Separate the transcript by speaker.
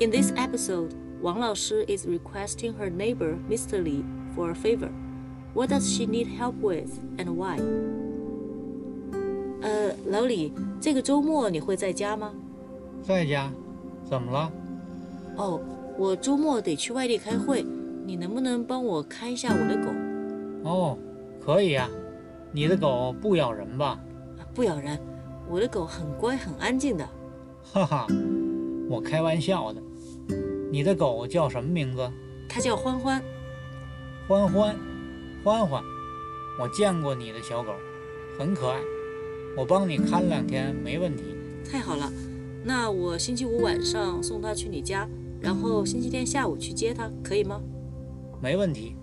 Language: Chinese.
Speaker 1: In this episode, Wang Laoshi is requesting her neighbor, Mr. Li, for a favor. What does she need help with and why? 呃，老李，这个周末你会在家吗？
Speaker 2: 在家，怎么了？
Speaker 1: 哦，我周末得去外地开会，你能不能帮我看一下我的狗？
Speaker 2: 哦，可以呀、你的狗不咬人吧？
Speaker 1: 啊不咬人，我的狗很乖，很安静的。
Speaker 2: 哈哈，我开玩笑的。你的狗叫什么名字？
Speaker 1: 它叫欢欢，
Speaker 2: 欢欢，欢欢。我见过你的小狗，很可爱。我帮你看两天没问题。
Speaker 1: 太好了。那我星期五晚上送它去你家，然后星期天下午去接它，可以吗？
Speaker 2: 没问题，